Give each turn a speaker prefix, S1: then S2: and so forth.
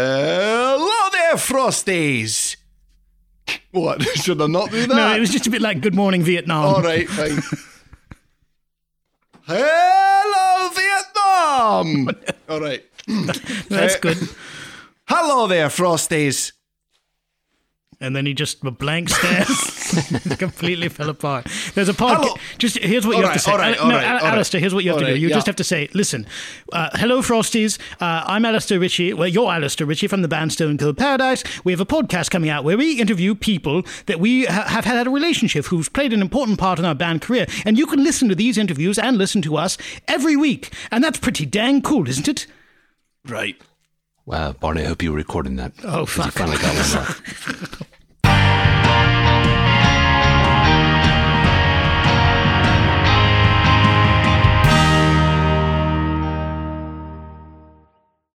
S1: Hello there, Frosties. What? Should I not do that?
S2: No, it was just a bit like Good Morning Vietnam.
S1: All right, fine. Hello, Vietnam. All right.
S2: That's
S1: Uh,
S2: good.
S1: Hello there, Frosties.
S2: And then he just a blank stare, completely fell apart. There's a
S1: Hello.
S2: podcast. Just here's what
S1: All
S2: you have
S1: right,
S2: to say.
S1: all right,
S2: Ale-
S1: all
S2: no,
S1: right,
S2: Al-
S1: all right.
S2: Alistair, here's what you have
S1: All
S2: to do.
S1: right,
S2: You
S1: yeah.
S2: just have to say, listen, uh, hello, Frosties. Uh, I'm Alistair Ritchie. Well, you're Alistair Ritchie from the band Stone Cold Paradise. We have a podcast coming out where we interview people that we ha- have had a relationship who's played an important part in our band career. And you can listen to these interviews and listen to us every week. And that's pretty dang cool, isn't it?
S1: Right.
S3: Wow, Uh, Barney, I hope you were recording that.
S2: Oh,
S3: 'Cause you
S2: fuck.
S3: finally got one right.